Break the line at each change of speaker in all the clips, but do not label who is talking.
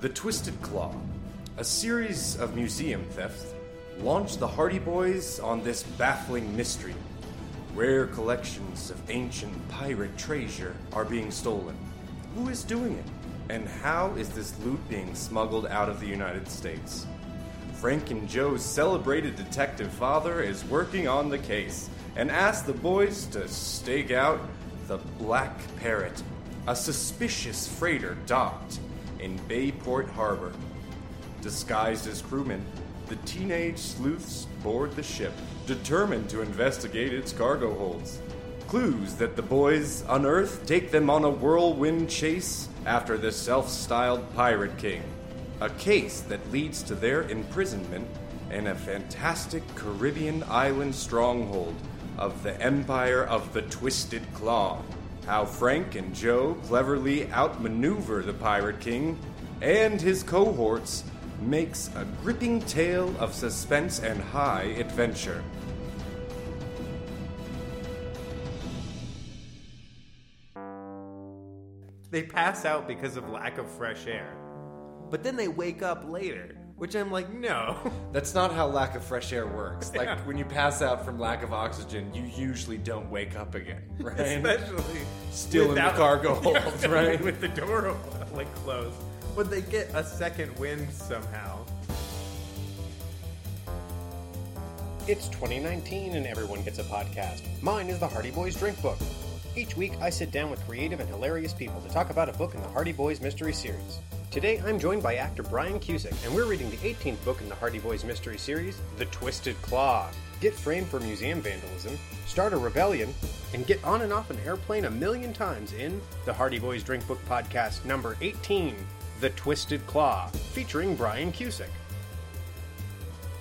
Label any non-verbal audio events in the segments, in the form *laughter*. The Twisted Claw, a series of museum thefts, launched the Hardy Boys on this baffling mystery. Rare collections of ancient pirate treasure are being stolen. Who is doing it? And how is this loot being smuggled out of the United States? Frank and Joe's celebrated detective father is working on the case and asked the boys to stake out the Black Parrot, a suspicious freighter docked in Bayport Harbor. Disguised as crewmen, the teenage sleuths board the ship, determined to investigate its cargo holds. Clues that the boys unearth take them on a whirlwind chase after the self styled Pirate King, a case that leads to their imprisonment in a fantastic Caribbean island stronghold of the Empire of the Twisted Claw. How Frank and Joe cleverly outmaneuver the Pirate King and his cohorts makes a gripping tale of suspense and high adventure.
They pass out because of lack of fresh air. But then they wake up later, which I'm like, no. *laughs*
That's not how lack of fresh air works. Like when you pass out from lack of oxygen, you usually don't wake up again, right?
Especially
Still in the
without- *laughs*
cargo hold, right?
With the door open, like closed. But they get a second wind somehow.
It's 2019 and everyone gets a podcast. Mine is the Hardy Boys Drink Book. Each week, I sit down with creative and hilarious people to talk about a book in the Hardy Boys Mystery Series. Today, I'm joined by actor Brian Cusick, and we're reading the 18th book in the Hardy Boys Mystery Series, The Twisted Claw. Get framed for museum vandalism, start a rebellion, and get on and off an airplane a million times in the Hardy Boys Drink Book podcast number 18, The Twisted Claw, featuring Brian Cusick.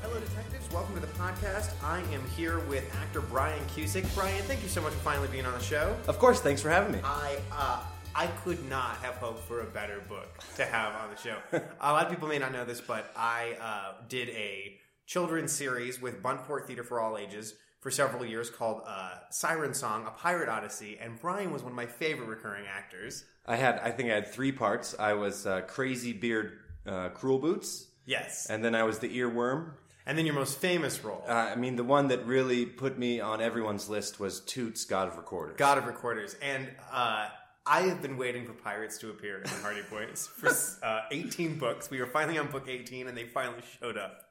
Hello, detectives. Welcome to the podcast. I am here with actor Brian Cusick. Brian, thank you so much for finally being on the show.
Of course, thanks for having me.
I uh, I could not have hoped for a better book to have on the show. a lot of people may not know this, but I uh, did a children's series with Buntport Theater for All Ages for several years called uh, Siren Song: A Pirate Odyssey, and Brian was one of my favorite recurring actors.
I had, I think I had three parts. I was uh, Crazy Beard uh, Cruel Boots,
Yes, and,
and then I was the earworm.
then your most famous role,
Uh, I mean, the one that really put me on everyone's list was Toots, God of Recorders.
God of Recorders, and uh, I have been waiting for pirates to appear in the Hardy Boys for uh, 18 books. We were finally on book 18, and they finally showed up.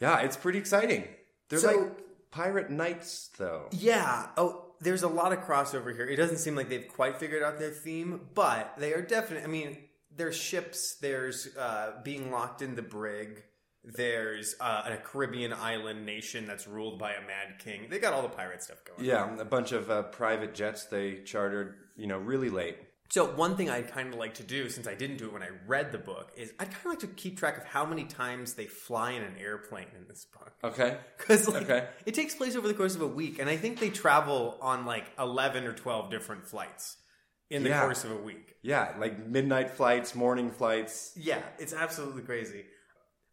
Yeah, it's pretty exciting. They're
So-
like pirate knights, though.
Yeah. Oh, there's a lot of crossover here. It doesn't seem like they've quite figured out their theme, but they are definitely. I mean, there's ships. There's uh, being locked in the brig. There's uh, a Caribbean island nation that's ruled by a mad king. They got all the pirate stuff going.
Yeah, a bunch of uh, private jets they chartered, you know, really late.
So one thing I'd kind of like to do, since I didn't do it when I read the book, is I'd kind of like to keep track of how many times they fly in an airplane in this book.
Okay.
*laughs* Because like,
Okay.
it takes place over the course of a week, and I think they travel on like eleven or twelve different flights in the
Yeah.
course of a week.
Yeah, like midnight flights, morning flights.
Yeah, it's absolutely crazy.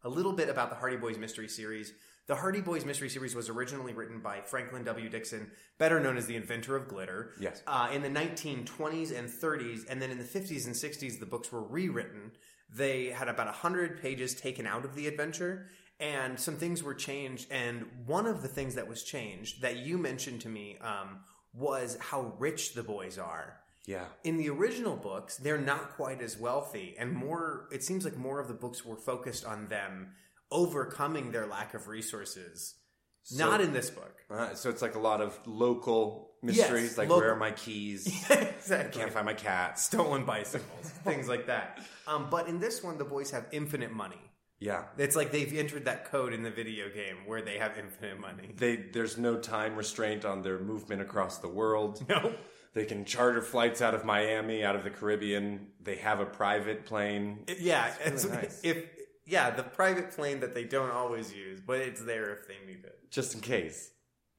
A little bit about the Hardy Boys mystery series. The Hardy Boys mystery series was originally written by Franklin W. Dixon, better known as the inventor of glitter.
Yes.
Uh, in the 1920s and 30s, and then in the 50s and 60s, the books were rewritten. They had about 100 pages taken out of the adventure, and some things were changed. And one of the things that was changed that you mentioned to me um, was how rich the boys are
Yeah.
in the original books, they're not quite as wealthy, and more. It seems like more of the books were focused on them overcoming their lack of resources. not in
*laughs*
this book.
Uh, so it's like a lot of local mysteries, like
local-
where are my keys?
exactly. *laughs*
Can't find my cats.
stolen bicycles, things like that. Um, but in this one, the boys have infinite money.
Yeah.
It's like they've entered that code in the video game where they have infinite money. *laughs*
They there's no time restraint on their movement across the world.
No.
They can charter flights out of Miami, out of the Caribbean. They have a private plane.
Yeah,
It's
it's
really nice.
if yeah, the private plane that they don't always use, but it's there if they need it.
just in case.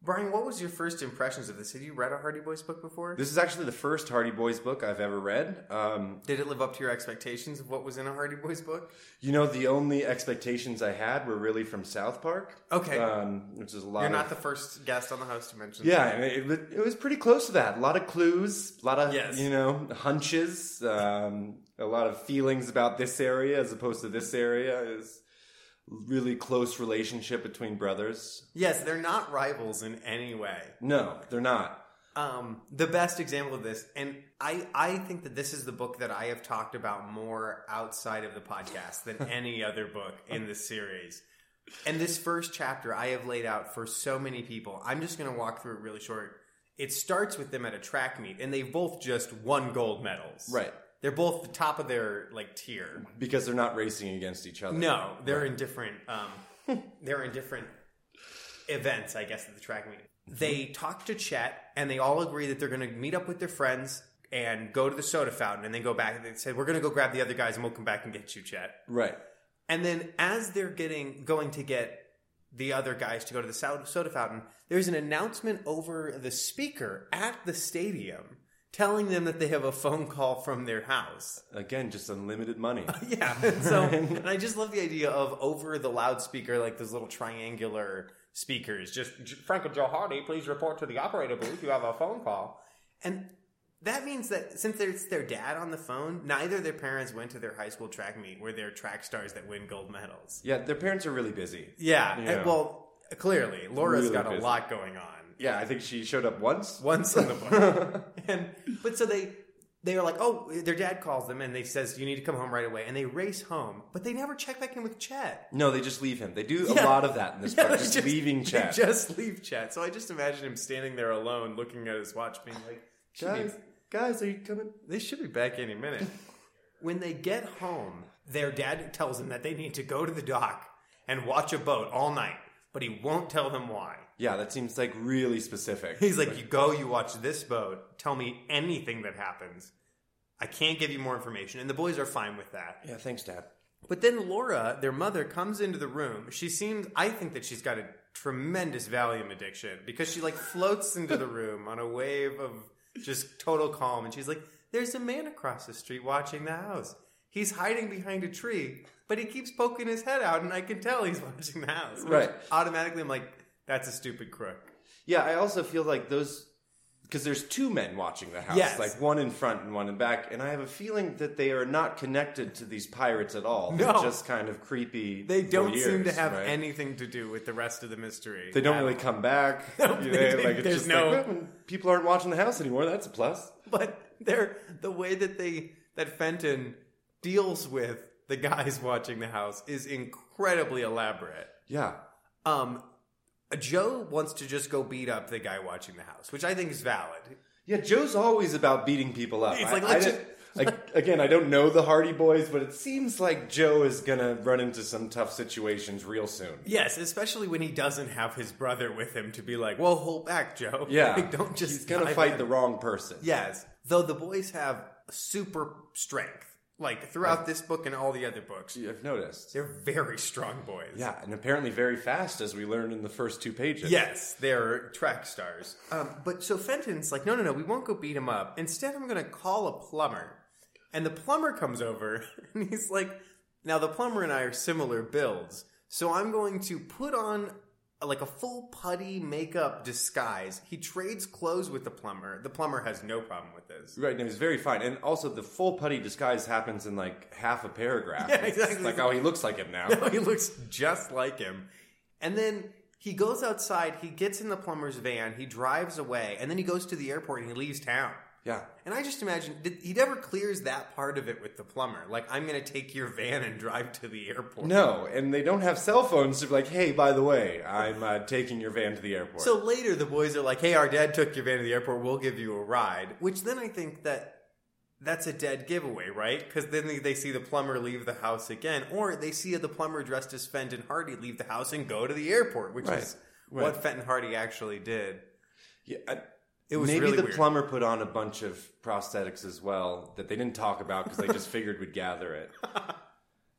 Brian, what was your first impressions of this? Had you read a Hardy Boys book before?
This is actually the first Hardy Boys book I've ever read. Um,
Did it live up to your expectations of what was in a Hardy Boys book?
you know, the only expectations I had were really from South Park.
Okay.
Um, which is a lot.
You're
of,
not the first guest on the house to mention.
Yeah, and it, it, it was pretty close to that. A lot of clues, a lot of
Yes.
you know hunches, um, a lot of feelings about this area as opposed to this area is really close relationship between brothers.
Yes, they're not rivals in any way.
No, they're not.
Um, the best example of this, and I, I think that this is the book that I have talked about more outside of the
*laughs*
podcast than any other book in this series. And this first chapter I have laid out for so many people. I'm just going to walk through it really short. It starts with them at a track meet, and they both just won gold medals.
Right.
They're both the top of their like tier.
Because they're not racing against each other.
No, they're in different. Um, they're in different events, I guess, at the track meet. They talk to Chet, and they all agree that they're going to meet up with their friends and go to the soda fountain, and then go back. And they said, "We're going to go grab the other guys, and we'll come back and get you, Chet."
Right.
And then, as they're getting going to get the other guys to go to the sou- soda fountain, there's an announcement over the speaker at the stadium telling them that they have a phone call from their house.
Again, just unlimited
*laughs*
money.
Yeah.
*laughs*
and So, and I just love the idea of over the loudspeaker, like those little triangular speakers. Just "J- Frank and Joe Hardy, please report to the operator booth. You have a phone call, and that means that since it's their dad on the phone, neither their parents went to their high school track meet where they're track stars that win gold medals.
yeah, their parents are really busy.
Yeah.
Yeah.
and- well, clearly, Laura's
Really
got a
busy.
lot going on
Yeah, I think she showed up once.
once in the
*laughs*
book. and but so they they are like, oh, their dad calls them and they says you need to come home right away, and they race home, but they never check back in with Chet.
No, they just leave him. They do
Yeah.
a lot of that in this
*laughs* Yeah,
book.
they
Just, leaving
they
Chad.
Just leave Chet. So I just imagine him standing there alone, looking at his watch, being like, should be-
guys, guys, are you coming?
they should be back
*laughs*
any minute. when they get home, their dad tells them that they need to go to the dock and watch a boat all night, but he won't tell them why.
Yeah, that seems like really specific.
He's like, you go, you watch this boat, tell me anything that happens. I can't give you more information. And the boys are fine with that.
yeah, thanks, Dad.
But then Laura, their mother, comes into the room. She seems, I think that she's got a tremendous Valium addiction because she like floats into the room on a wave of just total calm. And she's like, there's a man across the street watching the house. He's hiding behind a tree, but he keeps poking his head out, and I can tell he's watching the house. Which
Right.
Automatically, I'm like, that's a stupid crook.
Yeah, I also feel like those because there's two men watching the house,
Yes.
like one in front and one in back, and I have a feeling that they are not connected to these pirates at all. They're
No.
just kind of creepy.
They don't seem to
voyeurs,
have
right?
anything to do with the rest of the mystery.
They don't
at
really
all. *laughs*
come back.
No,
You
they-
know, like it's
there's
just
no-
like, well, people aren't watching the house anymore. That's a plus.
But they're the way that they that Fenton deals with the guys *laughs* watching the house is incredibly elaborate.
Yeah,
Um, Joe wants to just go beat up the guy watching the house, which I think is valid.
yeah. Joe's always about beating people up.
He's
I-
like,
I
let's
don't-
just- *laughs*
like, again, I don't know the Hardy Boys, but it seems like Joe is gonna run into some tough situations real soon.
Yes, especially when he doesn't have his brother with him to be like, "Well, hold back, Joe. *laughs*
Yeah,
Like, don't just
he's gonna
dive
fight
in.
the wrong person.
Yes. Though the boys have super strength. Like throughout this book and all the other books,
I've noticed.
they're very strong boys.
Yeah, and apparently very fast, as we learned in the first two pages.
Yes, they're track stars. Um, but so Fenton's like, no, no, no, we won't go beat him up. Instead, I'm going to call a plumber. And the plumber comes over *laughs* and he's like, now the plumber and I are similar builds. So I'm going to put on uh, like a full putty makeup disguise. He trades clothes with the plumber. The plumber has no problem with this.
Right, no, he's very fine. And also, the full putty disguise happens in like half a paragraph.
Yeah,
It's
exactly.
like, oh, he looks like him
*laughs*
now.
No, he looks just like him. And then he goes outside, he gets in the plumber's van, he drives away, and then he goes to the airport and he leaves town.
yeah.
And I just imagine that he never clears that part of it with the plumber. Like, I'm going to take your van and drive to the airport.
No, and they don't have cell phones to be like, hey, by the way, I'm uh, taking your van to the airport.
So later, the boys are like, hey, our dad took your van to the airport. We'll give you a ride. Which then I think that that's a dead giveaway, right? Because then they, they see the plumber leave the house again, or they see the plumber dressed as Fenton Hardy leave the house and go to the airport, which
Right.
is
Right.
what Fenton Hardy actually
*laughs*
did.
yeah, I-
It was
maybe
really
the
weird.
plumber put on a bunch of prosthetics as well that
*laughs*
they didn't talk about because they just figured we'd gather it.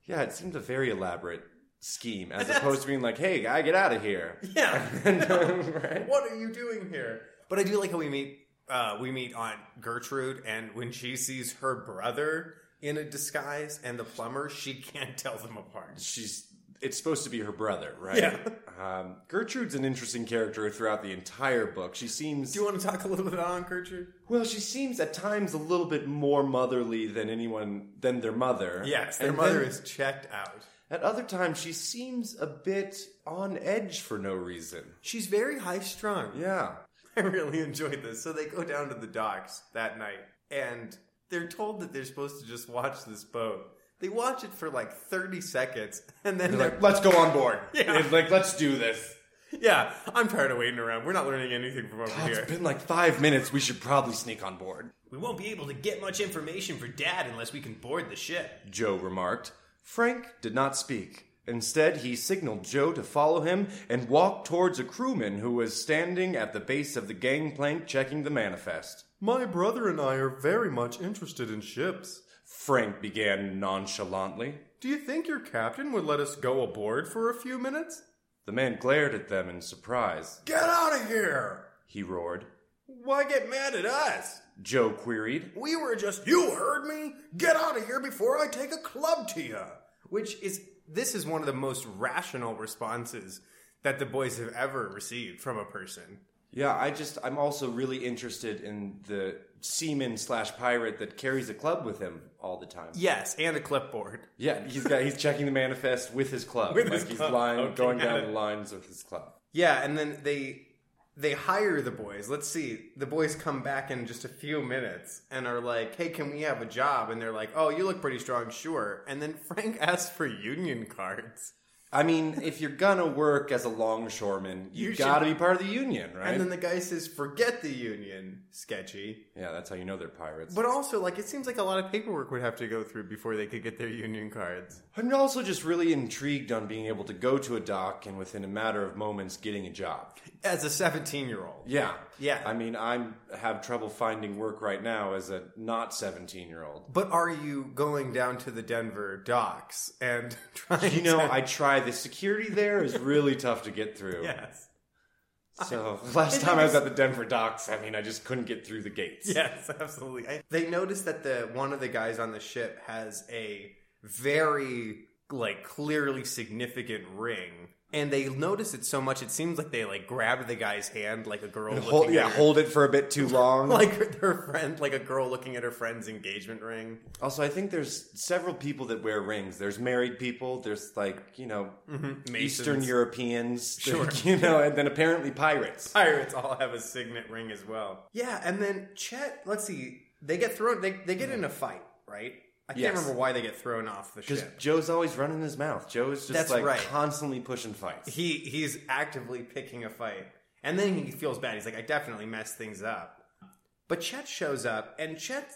Yeah, it seemed a very elaborate scheme
*laughs*
as opposed to being like, hey, guy, get out of here.
Yeah.
*laughs* right?
*laughs* what are you doing here? But I do like how we meet. Uh, we meet Aunt Gertrude, and when she sees her brother in a disguise and the plumber, she can't tell them apart.
She's. It's supposed to be her brother, right?
Yeah.
Um, Gertrude's an interesting character throughout the entire book. She seems.
Do you want to talk a little bit about Aunt Gertrude?
Well, she seems at times a little bit more motherly than anyone than their mother.
Yes, their
And
mother
then
is checked out.
At other times, she seems a bit on edge for no reason.
She's very high strung.
Yeah,
*laughs* I really enjoyed this. So they go down to the docks that night and they're told that they're supposed to just watch this boat. They watch it for like 30 seconds *laughs* and then they're,
like let's go on *laughs* board.
Yeah.
It's like let's do this.
*laughs* yeah, I'm tired of waiting around. We're not learning anything from over
Oh,
here.
it's been like five minutes. We should probably sneak on board.
we won't be able to get much information for dad unless we can board the ship.
Joe remarked. Frank did not speak. Instead, he signaled Joe to follow him and walked towards a crewman who was standing at the base of the gangplank checking the manifest.
My brother and I are very much interested in ships.
Frank began nonchalantly.
Do you think your captain would let us go aboard for a few minutes?
The man glared at them in surprise.
Get out of here!
He roared.
Why get mad at us?
Joe queried.
We were just. You heard me? Get out of here before I take a club to you!
Which is, this is one of the most rational responses that the boys have ever received from a person.
Yeah, I just, I'm also really interested in the seaman slash pirate that carries a club with him all the time.
Yes, and a clipboard.
Yeah, he's got, he's checking the manifest with his club.
With
like
his
he's
club,
lying,
poking
going
at
down
it.
the lines with his club.
Yeah, and then they they hire the boys. Let's see. The boys come back in just a few minutes and are like, "Hey, can we have a job?" And they're like, "Oh, you look pretty strong, sure." And then Frank *laughs* asks for union cards.
I mean, if you're gonna work as a longshoreman, you,
You should-
gotta be part of the union, right?
And then the guy says, "Forget the union." Sketchy.
yeah, that's how you know they're pirates.
But also, like, it seems like a lot of paperwork would have to go through before they could get their union cards.
I'm also just really intrigued on being able to go to a dock and within a matter of moments getting a job.
As a 17-year-old.
Yeah.
Yeah.
I mean, I'm have trouble finding work right now as a not 17 year old.
But are you going down to the Denver docks and *laughs*
*laughs*
trying
You know,
to...
I try. The security there is really tough to get through.
*laughs* Yes.
So last
I
time I was
think
at the Denver docks, I mean, I just couldn't get through the gates.
Yes, absolutely. I, they notice that the one of the guys on the ship has a very like clearly significant ring, and they notice it so much it seems like they like grab the guy's hand like a girl. Looking
Hold, yeah,
at her-
hold it for a bit
*laughs*
too long.
like her friend, like a girl looking at her friend's engagement ring.
also, I think there's several people that wear rings. There's married people. There's like you know Eastern
Mm-hmm. Masons.
Europeans. *laughs*
Sure.
You know, and then apparently pirates.
Pirates all have a signet ring as well. Yeah, and then Chet. Let's see. They get thrown. They they get in a fight, right? I can't
Yes.
remember why they get thrown off the
Because
ship.
Joe's always running his mouth. Joe is just
That's
like
right.
constantly pushing fights.
he he's actively picking a fight and then he feels bad he's like i definitely messed things up but chet shows up and chet's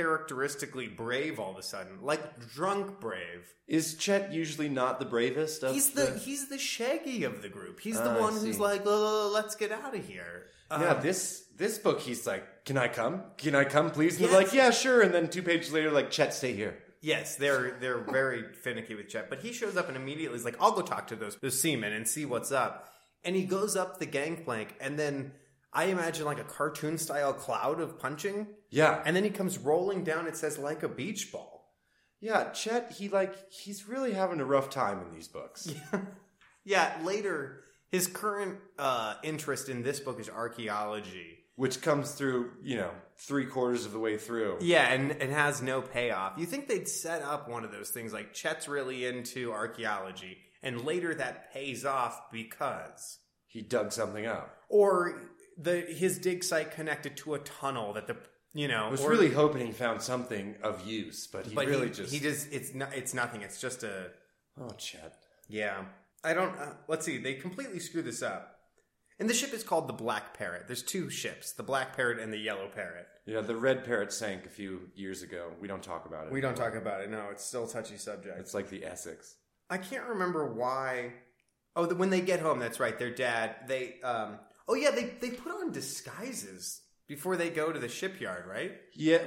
uncharacteristically brave all of a sudden like drunk brave
Is Chet usually not the bravest? Of
he's the he's the shaggy of the group he's the
Ah, I
one who's
see.
like "Oh, let's get out of here
yeah,
Um,
this this book, he's like, "Can I come? Can I come, please?" And they're
Yes.
like, "Yeah, sure." And then two pages later, like, "Chet, stay here."
yes they're they're very finicky with chet but he shows up and immediately is like i'll go talk to those those seamen and see what's up and he goes up the gangplank and then i imagine like a cartoon style cloud of punching
Yeah,
And then he comes rolling down. It says like a beach ball.
yeah. Chet, he like, he's really having a rough time in these books.
Yeah. Later, his current uh, interest in this book is archaeology.
which comes through, you know, three quarters of the way through.
Yeah, and and has no payoff. You think they'd set up one of those things like Chet's really into archaeology, and later that pays off because
He dug something up.
or the his dig site connected to a tunnel that the you know
I was
or-
really hoping he found something of use, but he
but
really
he,
just
he just it's not it's nothing. It's just a
oh, Chet.
Yeah. I don't. Uh, let's see. They completely screw this up. And the ship is called the Black Parrot. There's two ships the Black Parrot and the Yellow Parrot.
Yeah, the red parrot sank a few years ago. We don't talk about it.
We don't talk about it. No, it's still a touchy subject.
It's like the Essex.
I can't remember why. Oh, the, when they get home, that's right. Their dad. They. um Oh yeah, they they put on disguises before they go to the shipyard, right?
Yeah,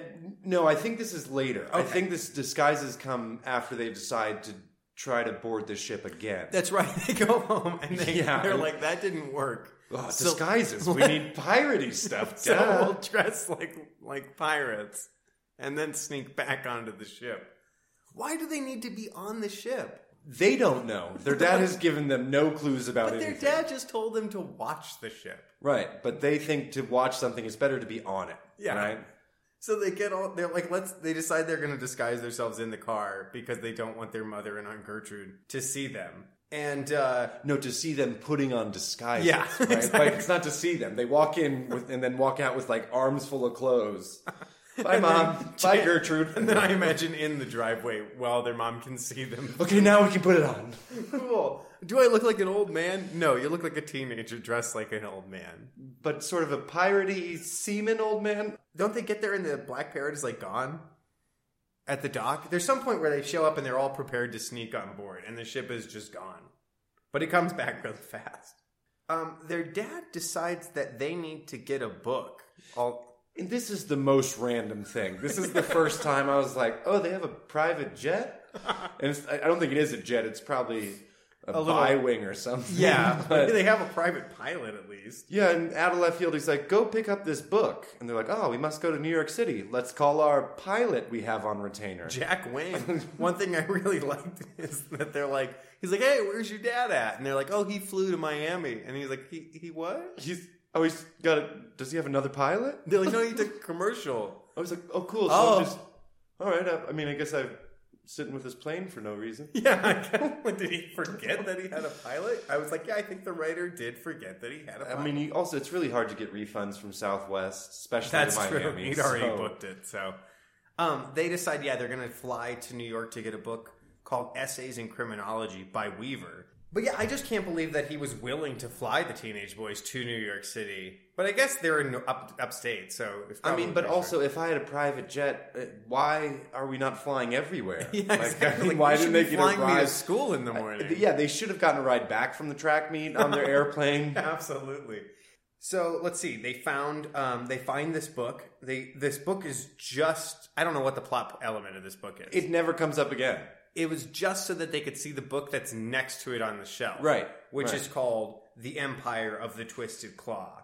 no, I think this is later. I
Okay.
think this disguises come after they decide to try to board the ship again.
That's right. *laughs* They go home and they,
Yeah.
they're like, that didn't work.
Oh,
So- *laughs*
disguises. we need piratey stuff.
So
duh.
we'll dress like like pirates and then sneak back onto the ship. Why do they need to be on the ship?
They don't know. Their dad has given them no clues about
But their
anything.
dad just told them to watch the ship.
Right, but they think to watch something is better to be on it.
Yeah.
Right?
So they get all they're like let's they decide they're going to disguise themselves in the car because they don't want their mother and Aunt Gertrude to see them. And uh
No, to see them putting on disguises.
Yeah,
right?
exactly.
Like, it's not to see them. They walk in with, and then walk out with like arms full of clothes. *laughs* Bye, mom.
*laughs*
Bye, Gertrude.
and then I imagine in the driveway while their mom can see them.
okay, now we can put it on.
cool. Do I look like an old man? No, you look like a teenager dressed like an old man.
But sort of a piratey seaman old man.
Don't they get there and the Black Parrot is like gone? At the dock? There's some point where they show up and they're all prepared to sneak on board and the ship is just gone. But it comes back really fast. Um, their dad decides that they need to get a book. All,
And this is the most random thing. This is
*laughs*
the first time I was like, oh, they have a private jet? And it's, I I don't think it is a jet. It's probably a,
little-
bi-wing or something.
*laughs* yeah,
*laughs* but-
they have a private pilot at least.
Yeah, and out of left field, he's like, go pick up this book. And they're like, oh, we must go to New York City. Let's call our pilot we have on retainer.
Jack Wayne. One thing I really liked is that they're like, he's like, hey, where's your dad at? And they're like, oh, he flew to Miami. And he's like, he, he what?
He's, oh, he's got a, does he have another pilot?
They're like, no, he took a commercial.
I was like, oh, cool. So
Oh.
I'm just, all right. I, I mean, I guess I'm sitting with this plane for no reason.
*laughs* Yeah, I kinda- like, did he forget that he had a pilot? I was like, yeah, I think the writer did forget that he had a pilot.
I mean, you, also, it's really hard to get refunds from Southwest, especially
that's
to Miami.
true. *laughs* He'd already
so-
booked it, so um, they decide, yeah, they're going to fly to New York to get a book called "Essays in Criminology" by Weaver. But yeah, I just can't believe that he was willing to fly the teenage boys to New York City. But I guess they're in up, upstate, so it's
I mean, but
probably-
also, if I had a private jet, uh, why are we not flying everywhere?
*laughs* *laughs* yeah,
Like, I
exactly.
mean, why
You should
didn't they
be
get a
flying me to
ride?
school in the morning?
Yeah, they should have gotten a ride back from the track meet on
*laughs*
their airplane.
Absolutely. So let's see. They found um, they find this book. They this book is just I don't know what the plot element of this book is.
It never comes up again.
It was just so that they could see the book that's next to it on the shelf,
Right,
Which
right.
is called "The Empire of the Twisted Claw."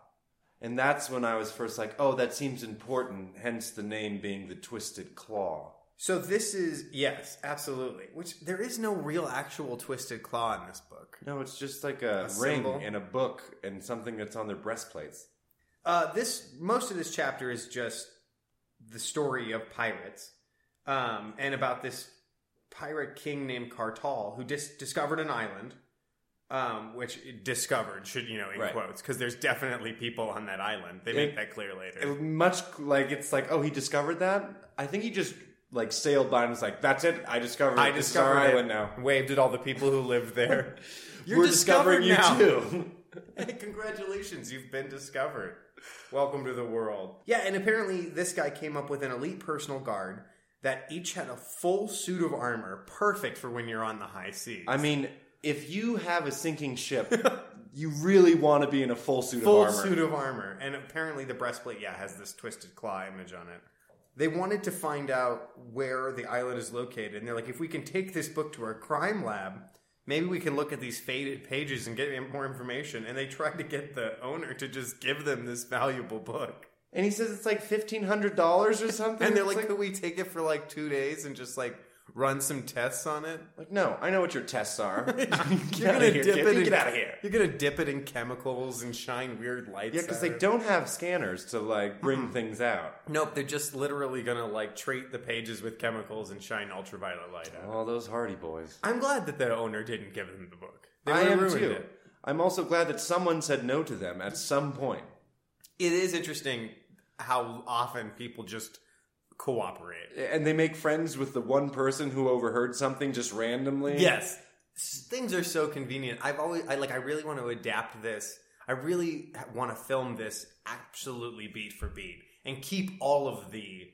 And that's when I was first like, oh, that seems important, hence the name being the Twisted Claw.
So this is yes, absolutely. Which there is no real actual twisted claw in this book.
No, it's just like a,
A
ring
symbol.
and a book and something that's on their breastplates.
Uh, this most of this chapter is just the story of pirates, um, and about this pirate king named Cartal who dis- discovered an island, um, which discovered should you know in
Right.
quotes because there's definitely people on that island. They make
It-
that clear later.
It, much like it's like, oh, he discovered that. I think he just like sailed by and was like, that's it. I discovered.
I
it. This is our
discovered it.
island now.
Waved at all the people who lived
*laughs*
there.
We're discovering you
discovered now. *laughs*
too.
Hey, congratulations, you've been discovered. Welcome to the world. Yeah, and apparently this guy came up with an elite personal guard that each had a full suit of armor, perfect for when you're on the high seas.
I mean, if you have a sinking ship, *laughs* you really want to be in a full suit
full
of armor.
suit of armor, and apparently the breastplate, yeah, has this twisted claw image on it. They wanted to find out where the island is located, and they're like, if we can take this book to our crime lab, maybe we can look at these faded pages and get more information. And they tried to get the owner to just give them this valuable book.
And he says it's like fifteen hundred dollars or something.
And they're
It's
like, could we take it for like two days and just like run some tests on *laughs* it?
like, no, I know what your tests are. *laughs* Get
*laughs* You're
outta
gonna
here,
dip
kid.
it. In,
Get out of here.
You're gonna dip it in chemicals and shine weird lights.
Yeah, because
at
they
it.
don't have scanners to like
Hmm.
bring things out.
Nope, they're just literally gonna like treat the pages with chemicals and shine ultraviolet light. At it.
All those Hardy boys.
I'm glad that the owner didn't give them the book. They
I
would've
am
ruined
too.
It.
I'm also glad that someone said no to them at some point.
it is interesting how often people just cooperate.
And they make friends with the one person who overheard something just randomly.
Yes, S- things are so convenient. I've always, I like, I really want to adapt this. I really want to film this absolutely beat for beat and keep all of the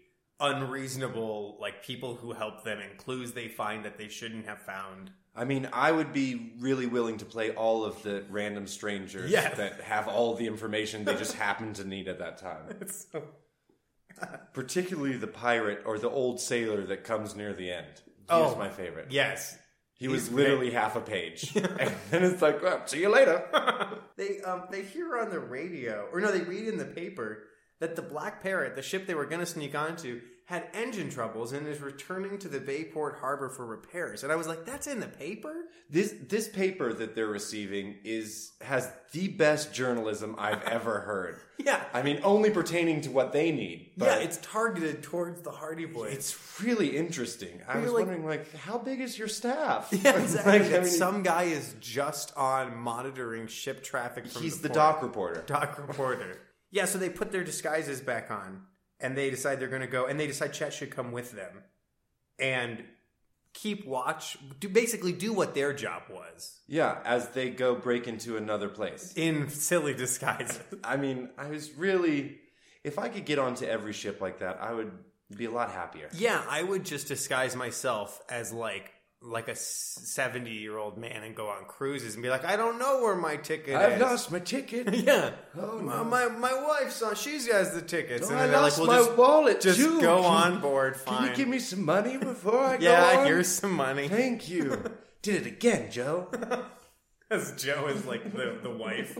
unreasonable, like people who help them and clues they find that they shouldn't have found.
I mean, I would be really willing to play all of the random strangers
Yes.
that have all the information they just happen to need at that time.
It's so
Particularly the pirate or the old sailor that comes near the end. He
Oh.
was my favorite.
Yes.
He was literally half a page.
*laughs*
and then it's like, well, see you later. *laughs*
They um they hear on the radio, or no, they read in the paper that the Black Parrot, the ship they were going to sneak onto, had engine troubles and is returning to the Bayport Harbor for repairs. And I was like, that's in the paper.
This this paper that they're receiving is has the best journalism I've ever heard.
Yeah.
I mean, only pertaining to what they need. But
yeah, it's targeted towards the Hardy Boys.
it's really interesting. I
You're
was
like-
wondering, like, how big is your staff?
*laughs*
*laughs*
*laughs* yeah, exactly.
Like, I
that
mean,
some guy is just on monitoring ship traffic. From
he's
the
the,
port.
dock reporter.
Doc reporter. Yeah, so they put their disguises back on, and they decide they're going to go, and they decide Chet should come with them, and keep watch, do basically do what their job was
Yeah, as they go break into another place.
in silly disguises.
I mean, I was really. If I could get onto every ship like that, I would be a lot happier.
*laughs* yeah, I would just disguise myself as like like a seventy year old man and go on cruises and be like, I don't know where my ticket is.
I've lost my
*laughs*
ticket.
Yeah.
Oh,
my,
no.
my my wife's on. She's has the tickets,
Oh,
and
I
then they're like,
lost
"Well,
my
just,
wallet
just
too.
go
Can-
on board. Fine.
Can you give me some money before I go
*laughs* yeah,
on?
here's some money."
Thank you. Did it again, Joe.
*laughs* As Joe is like the,
*laughs*
the wife.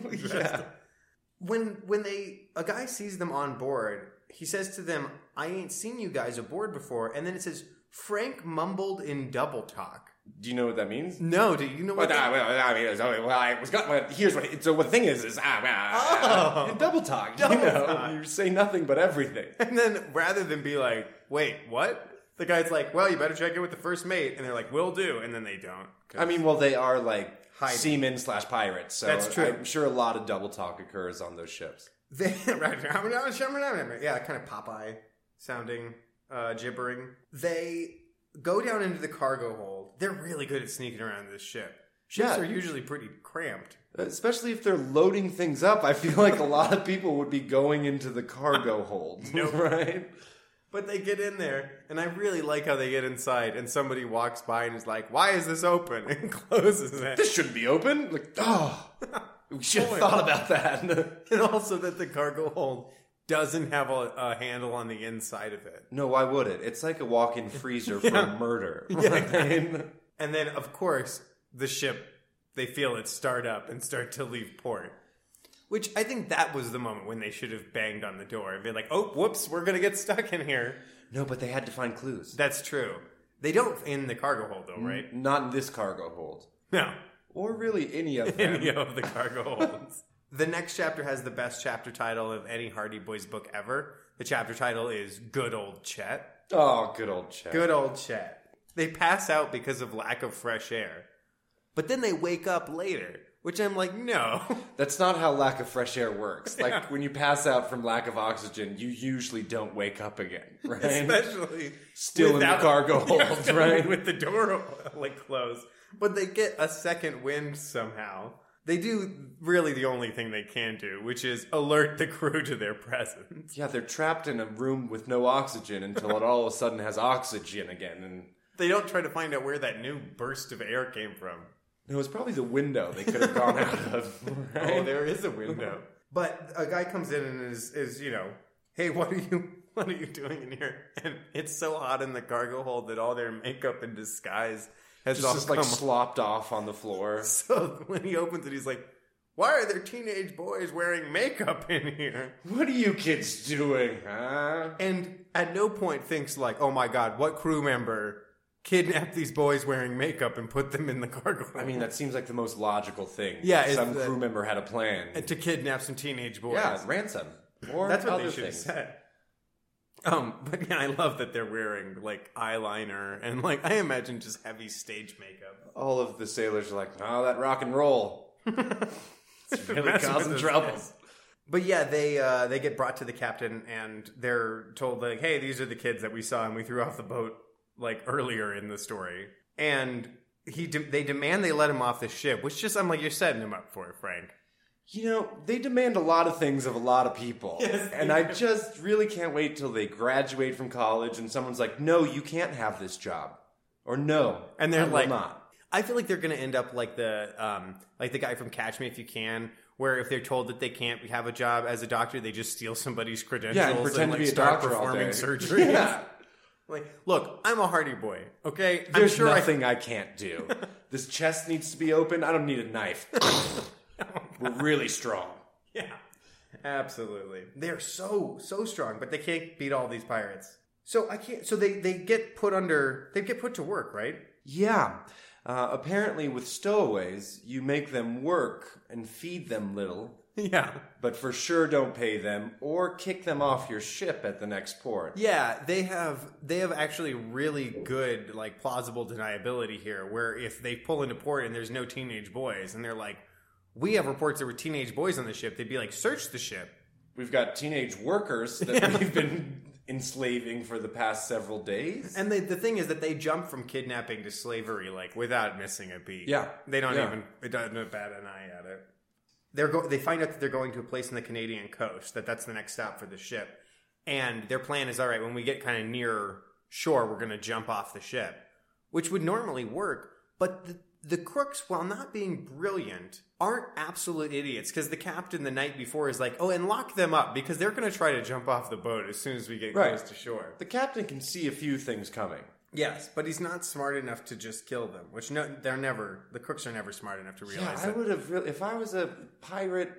When when they a guy sees them on board, he says to them, I ain't seen you guys aboard before, and then it says Frank mumbled in double talk.
Do you know what that means?
No, do you know what
Well, I, uh, well, I mean, it's- I mean, well, I was got. Well, here's what. So the thing is, is ah, well,
Oh.
uh, double talk.
Double
you know,
talk.
you say nothing but everything.
*laughs* And then rather than be like, Wait, what? The guy's like, Well, you better check in with the first mate, and they're like, Will do, and then they don't.
I mean, well, they are like
Hiding.
seamen slash pirates. So
That's true.
I'm sure a lot of double talk occurs on those ships.
They, *laughs* right, yeah, kind of Popeye sounding uh, gibbering. They go down into the cargo hold. They're really good at sneaking around this ship. Ships
Yeah.
are usually pretty cramped.
Especially if they're loading things up, I feel like a lot of people would be going into the cargo
*laughs*
hold, right?
But they get in there, and I really like how they get inside. And somebody walks by and is like, "Why is this open?" *laughs* and closes it.
This shouldn't be open. Like, oh, *laughs* we should have thought about that. *laughs*
And also that the cargo hold doesn't have a, a handle on the inside of it.
No, why would it? It's like a walk-in
*laughs*
freezer for murder. *laughs* right?
And then, of course, the ship, they feel it start up and start to leave port. Which I think that was the moment when they should have banged on the door and been like, oh, whoops, we're going to get stuck in here.
No, but they had to find clues.
That's true. They don't in the cargo hold, though, right?
Not in this cargo hold,
No.
or really any of them.
*laughs* Any of the cargo holds. the next chapter has the best chapter title of any Hardy Boys book ever. The chapter title is Good Old Chet.
Oh, good old Chet.
Good old Chet. They pass out because of lack of fresh air. But then they wake up later, which I'm like,
*laughs*
no.
That's not how lack of fresh air
*laughs*
works. Like when you pass out from lack of oxygen, you usually don't wake up again, *laughs* right?
especially
Still in the cargo
*laughs*
hold, right?
With the door *laughs* like closed, but they get a second wind somehow. They do really the only thing they can do, which is alert the crew to their *laughs* presence.
Yeah, they're trapped in a room with no oxygen until it all of a sudden has oxygen again. And
They don't try to find out where that new burst of air came from.
no, it's probably the window they could have gone out of. *laughs*
Oh,
Right?
there is a window. but a guy comes in and is is you know, hey, what are you? *laughs* What are you doing in here? And it's so hot in the cargo hold that all their makeup and disguise has
Just,
all
just
come
like slopped off on the floor.
*laughs* So when he opens it, he's like, "Why are there teenage boys wearing makeup in here?"
What are you kids doing, huh?
And at no point thinks like, "Oh my god, what crew member kidnapped these boys wearing makeup and put them in the cargo?"
I mean, that seems like the most logical thing.
Yeah, it's
some
the-
crew member had a plan.
to kidnap some teenage boys.
yeah, ransom. Or
that's what
other
they should
things.
have said. Um, but yeah, I love that they're wearing like eyeliner and like I imagine just heavy stage makeup. *laughs*
All of the sailors are like, "Oh, that rock and roll." really
Messing with
causing
those
trouble.
guys. But yeah, they uh, they get brought to the captain and they're told like, "Hey, these are the kids that we saw and we threw off the boat like earlier in the story." And he de- they demand they let him off the ship, which just I'm like, "You're setting him up for it, Frank."
You know, they demand a lot of things of a lot of
*laughs*
people. and I just really can't wait till they graduate from college and someone's like, "No, you can't have this job." Or no.
And they're
I will
like,
"Not."
I feel like they're going to end up like the um, like the guy from Catch Me If You Can, where if they're told that they can't have a job as a doctor, they just steal somebody's credentials
Yeah, and pretend
like,
to be a
start
doctor all
performing
day. *laughs*
surgery.
Yeah.
Like, look, I'm a Hardy Boy. Okay,
There's
I'm sure
nothing I... can't
*laughs*
do. this chest needs to be open. I don't need a knife. We're really strong.
I. Yeah, absolutely. They're so so strong, but they can't beat all these pirates. So I can't. So they they get put under. They get put to
*laughs*
work, right?
Yeah. Uh, apparently, with stowaways, you make them work and feed them little,
Yeah.
but for sure don't pay them or kick them off your ship at the next port.
Yeah, they have they have actually really good like plausible deniability here. Where if they pull into port and there's no teenage boys, and they're like, "We have reports there were teenage boys on the ship," they'd be like, "Search the ship."
We've got teenage workers that we've been enslaving for the past several days.
And they, the thing is that they jump from kidnapping to slavery like without missing a beat.
Yeah.
they don't
Yeah.
even they don't bat an eye at it. They're go- they find out that they're going to a place on the Canadian coast that that's the next stop for the ship, and their plan is all right. When we get kind of near shore, we're going to jump off the ship, which would normally work. But the, the crooks, while not being brilliant, aren't absolute idiots because the captain the night before is like, "Oh, and lock them up because they're going to try to jump off the boat as soon as we get
Right.
close to shore."
the captain can see a few things coming.
Yes, but he's not smart enough to just kill them, which no, they're never. The crooks are never smart enough to
Yeah,
realize
I
that.
would have really, if I was a pirate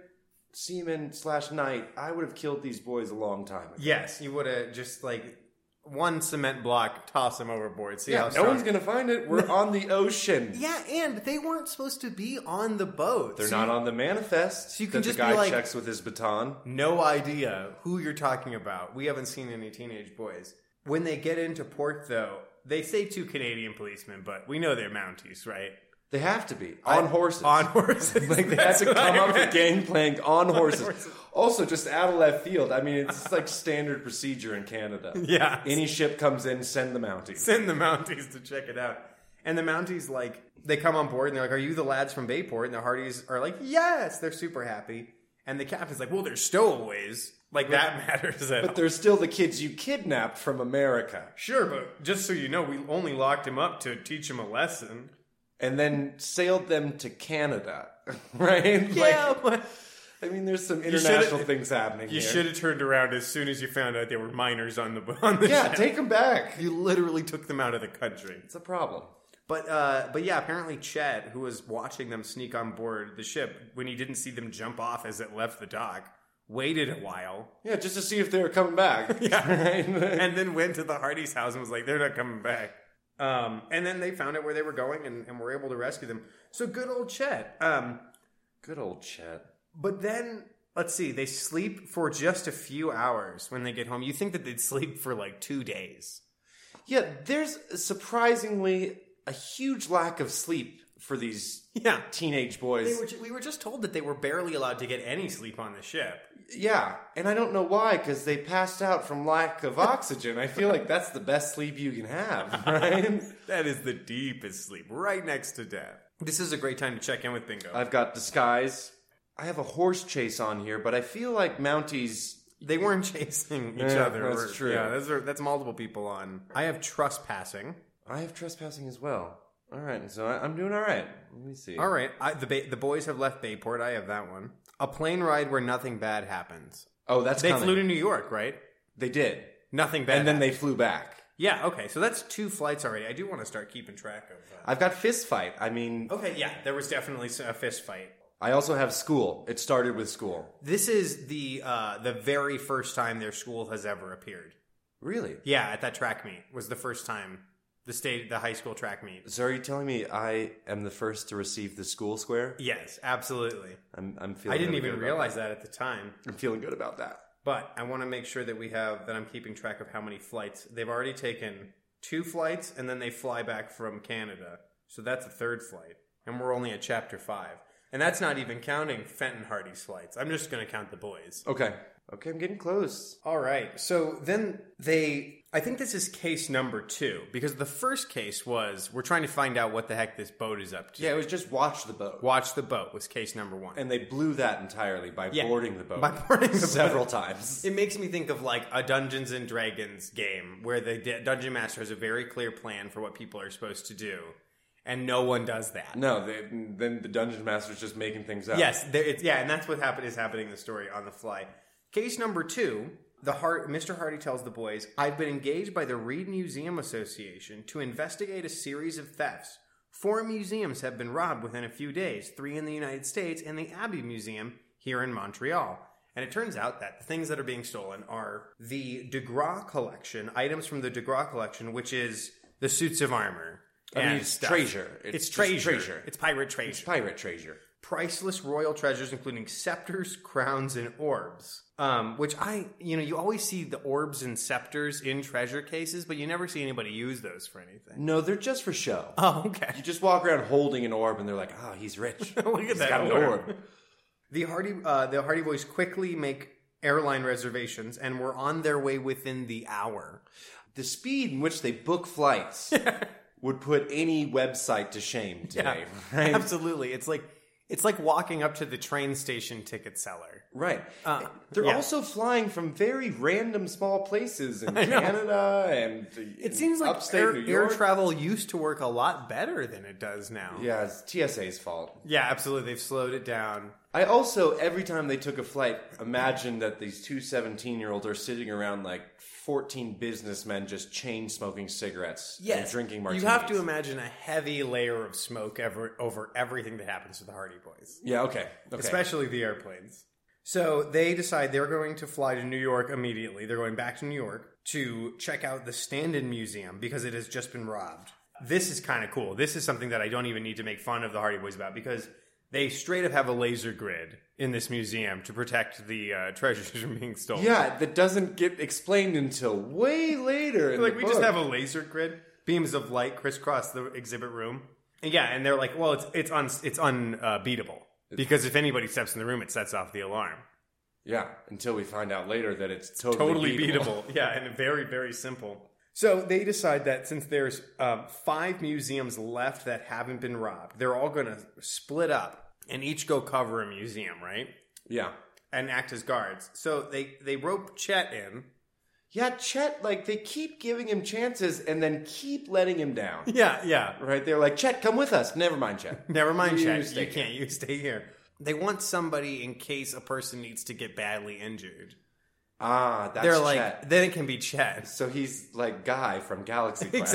seaman slash knight, I would have killed these boys a long time ago.
yes, you would have just like one cement block, toss him overboard, see how
no
strong.
one's gonna find it.
*laughs*
We're on the ocean.
yeah, and they weren't supposed to be on the boat.
They're
so
not on the manifest.
So you
that
can just
the guy
be like-
checks with his baton.
no idea who you're talking about. We haven't seen any teenage boys. When they get into port, though, they say two Canadian policemen, but we know they're Mounties, right?
They have to be on
I-
horses.
On horses.
like *laughs* they have
*laughs* That's
to
what I
come up the
meant.
gangplank
*laughs*
on horses.
horses.
Also, just out of left field. I mean, it's like standard procedure in Canada.
*laughs* Yeah.
Any ship comes in, send the Mounties.
send the Mounties to check it out. And the Mounties like they come on board and they're like, "Are you the lads from Bayport?" And the Hardys are like, "Yes." They're super happy. And the captain's like, "Well, they're stowaways. Like that *laughs* matters at all."
But they're still the kids you kidnapped from America.
Sure, but just so you know, we only locked him up to teach him a lesson.
And then sailed them to Canada. *laughs* Right? Like,
but
I mean, there's some
should've-
international things happening
you
here.
should have turned around as soon as you found out they were minors on the on the
Yeah,
ship.
take them back.
*laughs* you literally took them out of the country.
It's a problem.
But uh, but yeah, apparently Chet, who was watching them sneak on board the ship when he didn't see them jump off as it left the dock, waited a while
Yeah, just to see if they were coming
*laughs*
back. *laughs* Right?
and then went to the Hardy's house and was like, "They're not coming back." Um, and then they found out where they were going and, and were able to rescue them. So good old Chet. Um,
Good old Chet.
but then let's see, they sleep for just a few hours when they get home. You think that they'd sleep for like two days? *laughs*
Yeah, there's surprisingly a huge lack of sleep for these *laughs*
Yeah.
teenage
They
boys.
were ju- we were just told that they were barely allowed to get any sleep on the ship.
Yeah, and I don't know why, because they passed out from lack of oxygen. I feel like that's the best sleep you can have, *laughs* right?
*laughs* That is the deepest sleep, right next to death. This is a great time to check in with Bingo.
I've got disguise. I have a horse chase on here, but I feel like Mounties.
they weren't *laughs* chasing each
Yeah,
other.
that's
We're-
true.
Yeah, those are, that's multiple people on. I have trespassing.
I have trespassing as well. All right, so I, I'm doing all right. Let me see.
All right, I, the ba- the boys have left Bayport. I have that one. A plane ride where nothing bad happens.
Oh, that's
They
coming.
flew to New York, right?
they did,
Nothing bad.
and then they flew back.
yeah, okay. So that's two flights already. I do want to start keeping track of.
I've got fist fight. I mean,
Uh, okay, yeah, there was definitely s- a fist fight.
I also have school. It started with school.
This is the uh, the very first time their school has ever appeared.
Really?
Yeah, at that track meet was the first time the state the high school track meet.
So are you telling me I am the first to receive the school square?
Yes, absolutely.
I'm, I'm feeling.
I didn't
really
even
good about
realize that at the time,
that. I'm feeling good about that.
but I want to make sure that we have that I'm keeping track of how many flights they've already taken. Two flights, and then they fly back from Canada, so that's a third flight, and we're only at chapter five, and that's not even counting Fenton Hardy's flights. I'm just going to count the boys.
Okay. Okay, I'm getting close.
All right. So then they, I think this is case number two because the first case was we're trying to find out what the heck this boat is up to.
Yeah, it was just watch the boat,
Watch the boat was case number one.
and they blew that entirely by
Yeah.
boarding the boat
By boarding the boat.
several times.
it makes me think of like a Dungeons and Dragons game where the d- dungeon master has a very clear plan for what people are supposed to do, and no one does that.
No, they, then the dungeon master's just making things up.
Yes, there, it's, yeah, and that's what happened is happening in the story on the fly. Case number two, the Hart, Mr. Hardy tells the boys, I've been engaged by the Reed Museum Association to investigate a series of thefts. Four museums have been robbed within a few days three in the United States and the Abbey Museum here in Montreal. And it turns out that the things that are being stolen are the DeGraw collection, items from the DeGraw collection, which is the suits of armor.
I mean,
and
it's
stuff.
treasure. It's
It's,
just
treasure.
treasure.
It's pirate treasure.
Pirate treasure.
priceless royal treasures, including scepters, crowns, and orbs. Um, which I, you know, you always see the orbs and scepters in treasure cases, but you never see anybody use those for anything.
*laughs* No, they're just for show.
Oh, okay.
You just walk around holding an orb, and they're like, "Ah, he's rich.
*laughs* Look at
He's
that
got an
orb."
orb."
The Hardy, uh, the Hardy Boys quickly make airline reservations and were on their way within the hour.
The speed in which they book
*laughs*
flights would put any website to shame today, right?
Absolutely, it's like it's like walking up to the train station ticket seller.
Right.
Uh,
They're
yeah.
also flying from very random small places
*laughs*
in Canada and
It seems like
Mm. upstate
air,
New
air
York.
travel used to work a lot better than it does now.
yeah, it's TSA's fault.
yeah, absolutely. They've slowed it down.
I also every time they took a flight, imagined that these two 17-year-olds are sitting around like 14 businessmen just chain smoking cigarettes and drinking martinis.
You have to imagine a heavy layer of smoke ever, over everything that happens to the Hardy Boys,
Yeah, okay. Okay.
especially the airplanes. So they decide they're going to fly to New York immediately. They're going back to New York to check out the Stand-In Museum because it has just been robbed. This is kind of cool. This is something that I don't even need to make fun of the Hardy Boys about because they straight up have a laser grid in this museum to protect the uh, treasures *laughs* from being stolen.
yeah, that doesn't get explained until way later. In
like
the
we just
book.
have a laser grid beams of light crisscross the exhibit room and yeah and they're like well it's it's un, it's unbeatable because if anybody steps in the room it sets off the alarm
yeah until we find out later that it's totally,
totally beatable, *laughs* yeah and very very simple so they decide that since there's um, five museums left that haven't been robbed they're all going to split up and each go cover a museum right
*laughs* Yeah.
and act as guards so they they rope chet in
Yeah, Chet, like they keep giving him chances and then keep letting him down. *laughs*
yeah yeah
Right? They're like, Chet, come with us. Never mind, Chet.
*laughs* Never mind,
You
Chad.
stay
you can't. You stay here. They want somebody in case a person needs to get badly injured.
Ah, that's
They're like,
Chet.
then it can be Chad.
So he's like Guy from Galaxy Quest.
*laughs*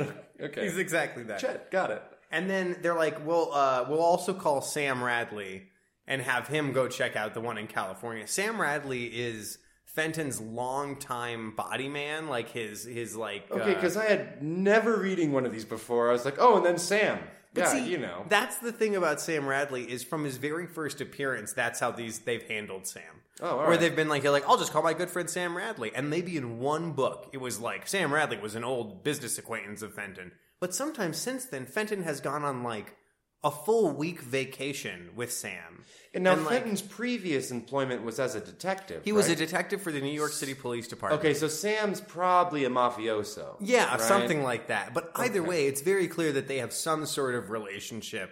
*laughs* right? okay.
He's exactly that.
Chet, got it.
And then they're like, well, uh, we'll also call Sam Radley and have him go check out the one in California. Sam Radley is Fenton's longtime body man, like his his like.
Okay,
uh,
because I had never reading one of these before. I was like, oh, and then Sam.
But
yeah,
see,
you know.
That's the thing about Sam Radley is from his very first appearance, that's how these they've handled Sam.
Oh, all
Where
right.
they've been like, you're like, I'll just call my good friend Sam Radley. And maybe in one book, it was like, Sam Radley was an old business acquaintance of Fenton. But sometimes since then, Fenton has gone on like a full week vacation with Sam.
and now
like,
Fenton's previous employment was as a detective.
he was a
right?
detective for the New York City Police Department.
Okay, so Sam's probably a mafioso.
Yeah,
right?
something like that. But either way, it's very clear that they have some sort of relationship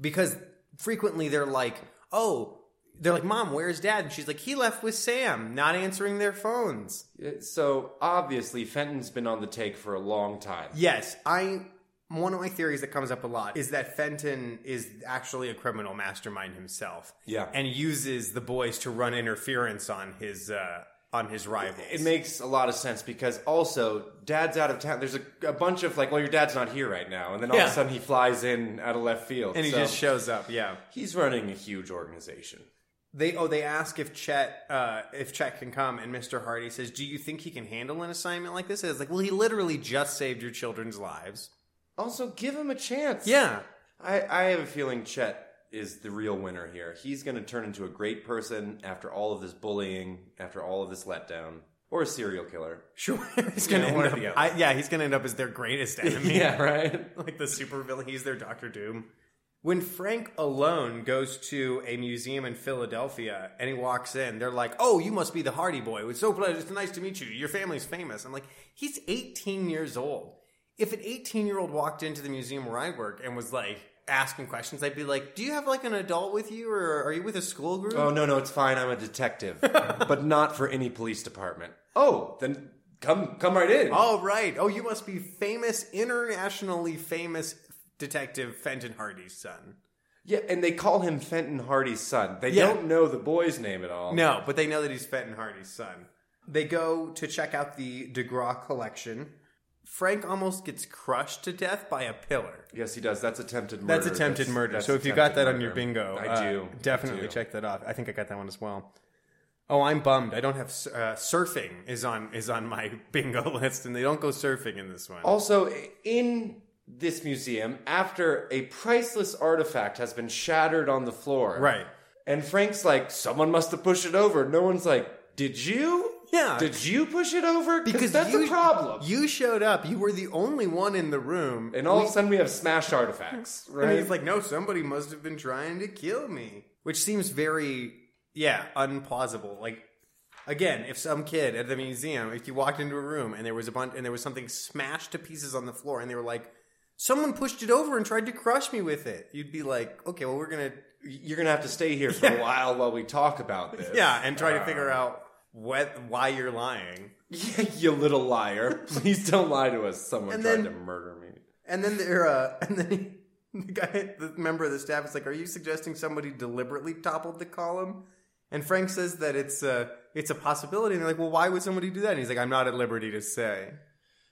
because frequently they're like, oh, they're like, Mom, where's dad? And she's like, he left with Sam, not answering their phones.
So obviously, Fenton's been on the take for a long time.
Yes, I. One of my theories that comes up a lot is that Fenton is actually a criminal mastermind himself.
Yeah.
And uses the boys to run interference on his, uh, on his rivals.
It makes a lot of sense because also dad's out of town. There's a, a bunch of like, well, your dad's not here right now, and then all of
Yeah.
a sudden he flies in out of left field,
and he
So
just shows up, yeah.
he's running a huge organization.
They oh they ask if Chet uh, if Chet can come and Mr. Hardy says, "Do you think he can handle an assignment like this?" And it's like, "Well, he literally just saved your children's lives."
Also, give him a chance.
Yeah,
I, I have a feeling Chet is the real winner here. He's going to turn into a great person after all of this bullying, after all of this letdown, or a serial
*laughs*
killer.
sure. he's gonna
one or
end
the
up.
other.
I, yeah, he's gonna end up as their
*laughs*
greatest enemy.
right.
*laughs* like the super villain. He's their Doctor Doom. When Frank alone goes to a museum in Philadelphia and he walks in, they're like, "Oh, you must be the Hardy Boy. It's so pleasure. It's nice to meet you. Your family's famous." I'm like, "He's 18 years old. If an 18 year old walked into the museum where I work and was like asking questions, I'd be like, "Do you have like an adult with you, or are you with a school group?"
Oh no, no, it's fine. I'm a
*laughs*
detective, but not for any police department. Oh, then come come right in.
All right. Oh, you must be famous, internationally famous detective Fenton Hardy's son.
Yeah, and they call him Fenton Hardy's son. They
Yeah.
don't know the boy's name at all.
No, but they know that he's Fenton Hardy's son. They go to check out the DeGraw collection. Frank almost gets crushed to death by a pillar.
Yes, he does. That's attempted murder.
That's attempted murder.
that's
so if you got
attempted
that on
murder.
your bingo,
I
uh,
do.
definitely
I do.
check that off. I think I got that one as well. Oh, I'm bummed. I don't have s- uh, surfing is on is on my *laughs* bingo list, and they don't go surfing in this one.
Also, in this museum, after a priceless artifact has been shattered on the floor,
Right.
And Frank's like, someone must have pushed it over. No one's like, did you?
Yeah.
Did you push it over? Because that's
you,
a problem.
You showed up. You were the only one in the room,
and all of a sudden, we have smashed artifacts,
And
right?
he's like, no, somebody must have been trying to kill me. Which seems very, yeah, unplausible. Like, again, if some kid at the museum, if you walked into a room and there was a bunch, and there was something smashed to pieces on the floor, and they were like, someone pushed it over and tried to crush me with it, you'd be like, okay, well, we're gonna,
you're gonna have to stay here for a while while we talk about this.
yeah, and try to figure out what, why you're lying.
*laughs* Yeah, you little liar! Please don't lie to us. Someone
And
tried
then-
to murder me.
And then there, uh, *laughs* and then he, the guy, the member of the staff is like, "Are you suggesting somebody deliberately toppled the column?" And Frank says that it's a it's a possibility. And they're like, "Well, why would somebody do that?" And he's like, "I'm not at liberty to say."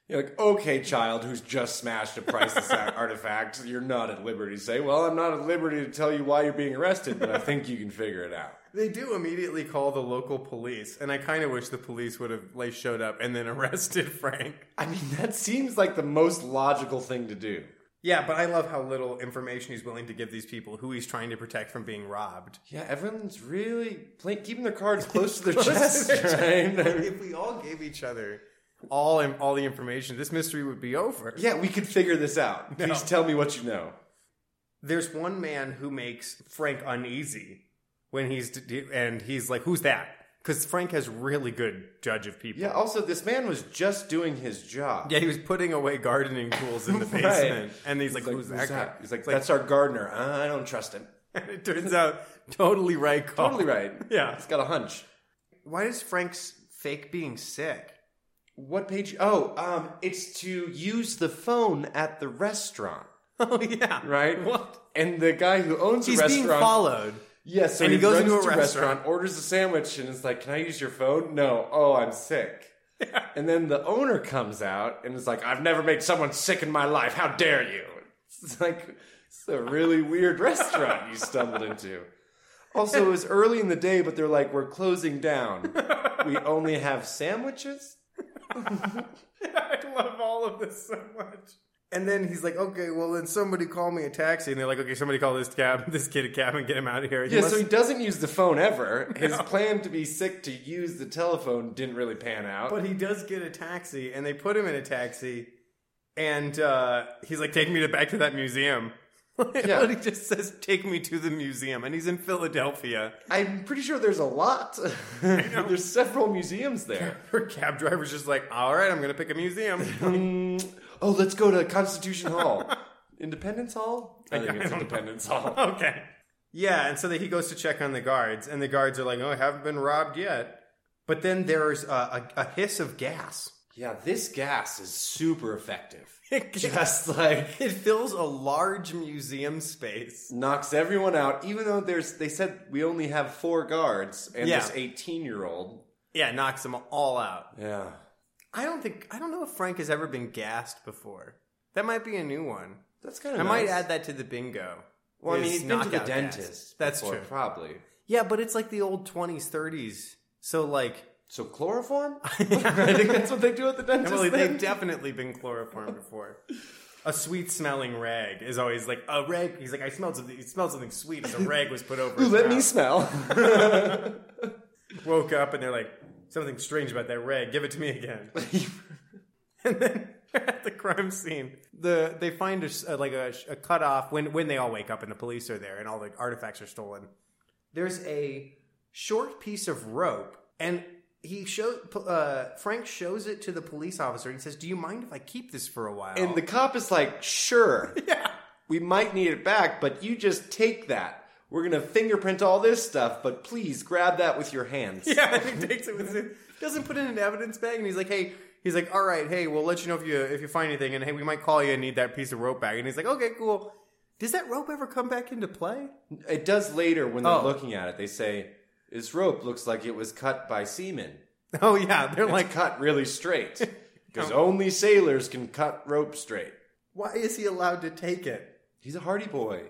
You're like, okay, child, who's just smashed a priceless a- artifact. You're not at liberty to say, well, I'm not at liberty to tell you why you're being arrested, but I think you can figure it out.
They do immediately call the local police, and I kind of wish the police would have like showed up and then *laughs* arrested Frank.
I mean, that seems like the most logical thing to do.
Yeah, but I love how little information he's willing to give these people who he's trying to protect from being robbed.
Yeah, everyone's really playing, keeping their cards close to
*laughs*
their chest, *laughs* right?
if we all gave each other all all the information, this mystery would be over.
yeah, we could figure this out. Please tell me what you know.
there's one man who makes Frank uneasy when he's and he's like, "Who's that?" Because Frank has really good judge of people.
Yeah, also, this man was just doing his job.
Yeah, he was putting away gardening
*laughs*
tools in the
Right.
basement, and he's like,
He's like,
"Who's, that?" guy?"
He's like,
It's
that's our gardener. Uh, I don't trust him.
and *laughs* it turns out totally right. Call.
Totally right.
Yeah.
He's got a hunch.
Why is Frank's fake being sick?
What page? Oh, um, it's to use the phone at the restaurant,
*laughs* Oh yeah,
right?
What?
And the guy who owns
He's
the
being
restaurant, *laughs*
followed. *laughs*
yes, so
and
he,
he goes
runs
into a
to
restaurant.
orders a sandwich, and is like, "Can I use your phone?" No. Oh, I'm sick. *laughs* and then the owner comes out and is like, "I've never made someone sick in my life. How dare you?" It's like it's a really weird *laughs* restaurant you stumbled into. Also, it was early in the day, but they're like, "We're closing down. *laughs* We only have sandwiches."
I love all of this so much. And then he's like, "Okay, well then somebody call me a taxi." And they're like, "Okay, somebody call this cab, *laughs* this kid a cab, and get him out of here." He
Yeah,
must-
so he doesn't use the phone *laughs* ever. His plan to be sick to use the telephone didn't really pan out.
But he does get a taxi, and they put him in a taxi, and uh, he's like, "Take me to back to that museum." *laughs*
Yeah.
but he just says, "Take me to the museum," and he's in Philadelphia.
I'm pretty sure there's a lot. *laughs* there's several museums there.
Her cab driver's just like, "All right, I'm gonna pick a museum." *laughs*
Mm, oh, let's go to Constitution Hall. *laughs* Independence Hall? I think it's Independence Hall. *laughs*
okay. Yeah, and so that he goes to check on the guards, and the guards are like, "Oh, I haven't been robbed yet." But then there's a, a, a hiss of gas. *laughs*
Yeah, this gas is super effective. Just like
*laughs* It fills a large museum space.
knocks everyone out, even though there's they said we only have four guards and
Yeah.
this eighteen year old.
Yeah, knocks them all out.
Yeah.
I don't think I don't know if Frank has ever been gassed before. That might be a new one.
That's kind
I
of
might add that to the bingo.
Well, I mean,
Is
he's been to the
knockout gas.
dentist.
That's
before,
true.
Probably.
Yeah, but it's like the old twenties, thirties. So like, *laughs*
*laughs* So chloroform? *laughs* I think that's what they do at the dentist.
Emily,
then.
they've definitely been chloroformed before. A sweet smelling rag is always like a rag. He's like, I smelled something. He smelled something sweet. And a rag was put over.
Ooh,
his
let me
mouth.
smell. *laughs*
*laughs* Woke up and they're like, something strange about that rag. Give it to me *laughs* again. and then at the crime scene, the they find a, s- uh, like a, sh- a cutoff when when they all wake up and the police are there and all the artifacts are stolen. There's a short piece of rope, and he shows uh, Frank shows it to the police officer and he says, "Do you mind if I keep this for a while?"
and the cop is like,
*laughs*
sure. Yeah. We might need it back, but you just take that. We're going to fingerprint all this stuff, but please grab that with your hands.
*laughs* yeah, and he takes it with him. Doesn't put it in an evidence bag, and he's like, "Hey." He's like, all right, hey, we'll let you know if you if you find anything, and hey, we might call you and need that piece of rope back. And he's like, okay, cool. Does that rope ever come back into play? *laughs*
It does later when they're
Oh.
looking at it. They say, this rope looks like it was cut by semen.
Oh yeah, they're like,
Like cut really
*laughs*
straight, because only sailors can cut rope straight.
why is he allowed to take it?
He's a Hardy boy.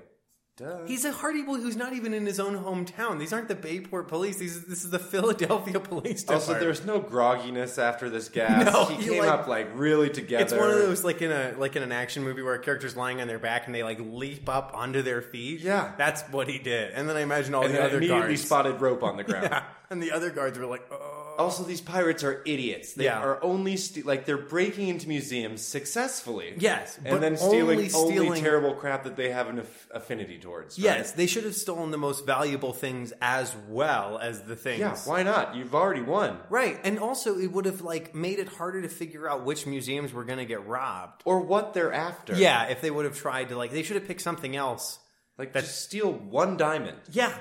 Duh.
He's a Hardy boy who's not even in his own hometown. These aren't the Bayport Police. These this is the Philadelphia *laughs* Police Department.
also, Oh, there's no grogginess after this gas.
*laughs* No,
he
he,
came
like-
up like really together.
It's one of those like in a like in an action movie where a character's lying on their back and they like leap up onto their feet.
Yeah.
that's what he did. And then I imagine all
And
the
then
other
immediately
guards.
spotted rope on the ground.
*laughs* Yeah. And the other guards were like, oh.
Also, these pirates are idiots. They
Yeah.
are only ste- like they're breaking into museums successfully.
Yes, but
and then stealing
only
only,
stealing-
terrible crap that they have an aff- affinity towards. right?
Yes, they should have stolen the most valuable things as well as the things.
Yeah. Why not? You've already won.
Right, and also it would have like made it harder to figure out which museums were going to get robbed.
Or what they're after.
Yeah, if they would have tried to like, they should have picked something else.
Like just steal one diamond.
Yeah,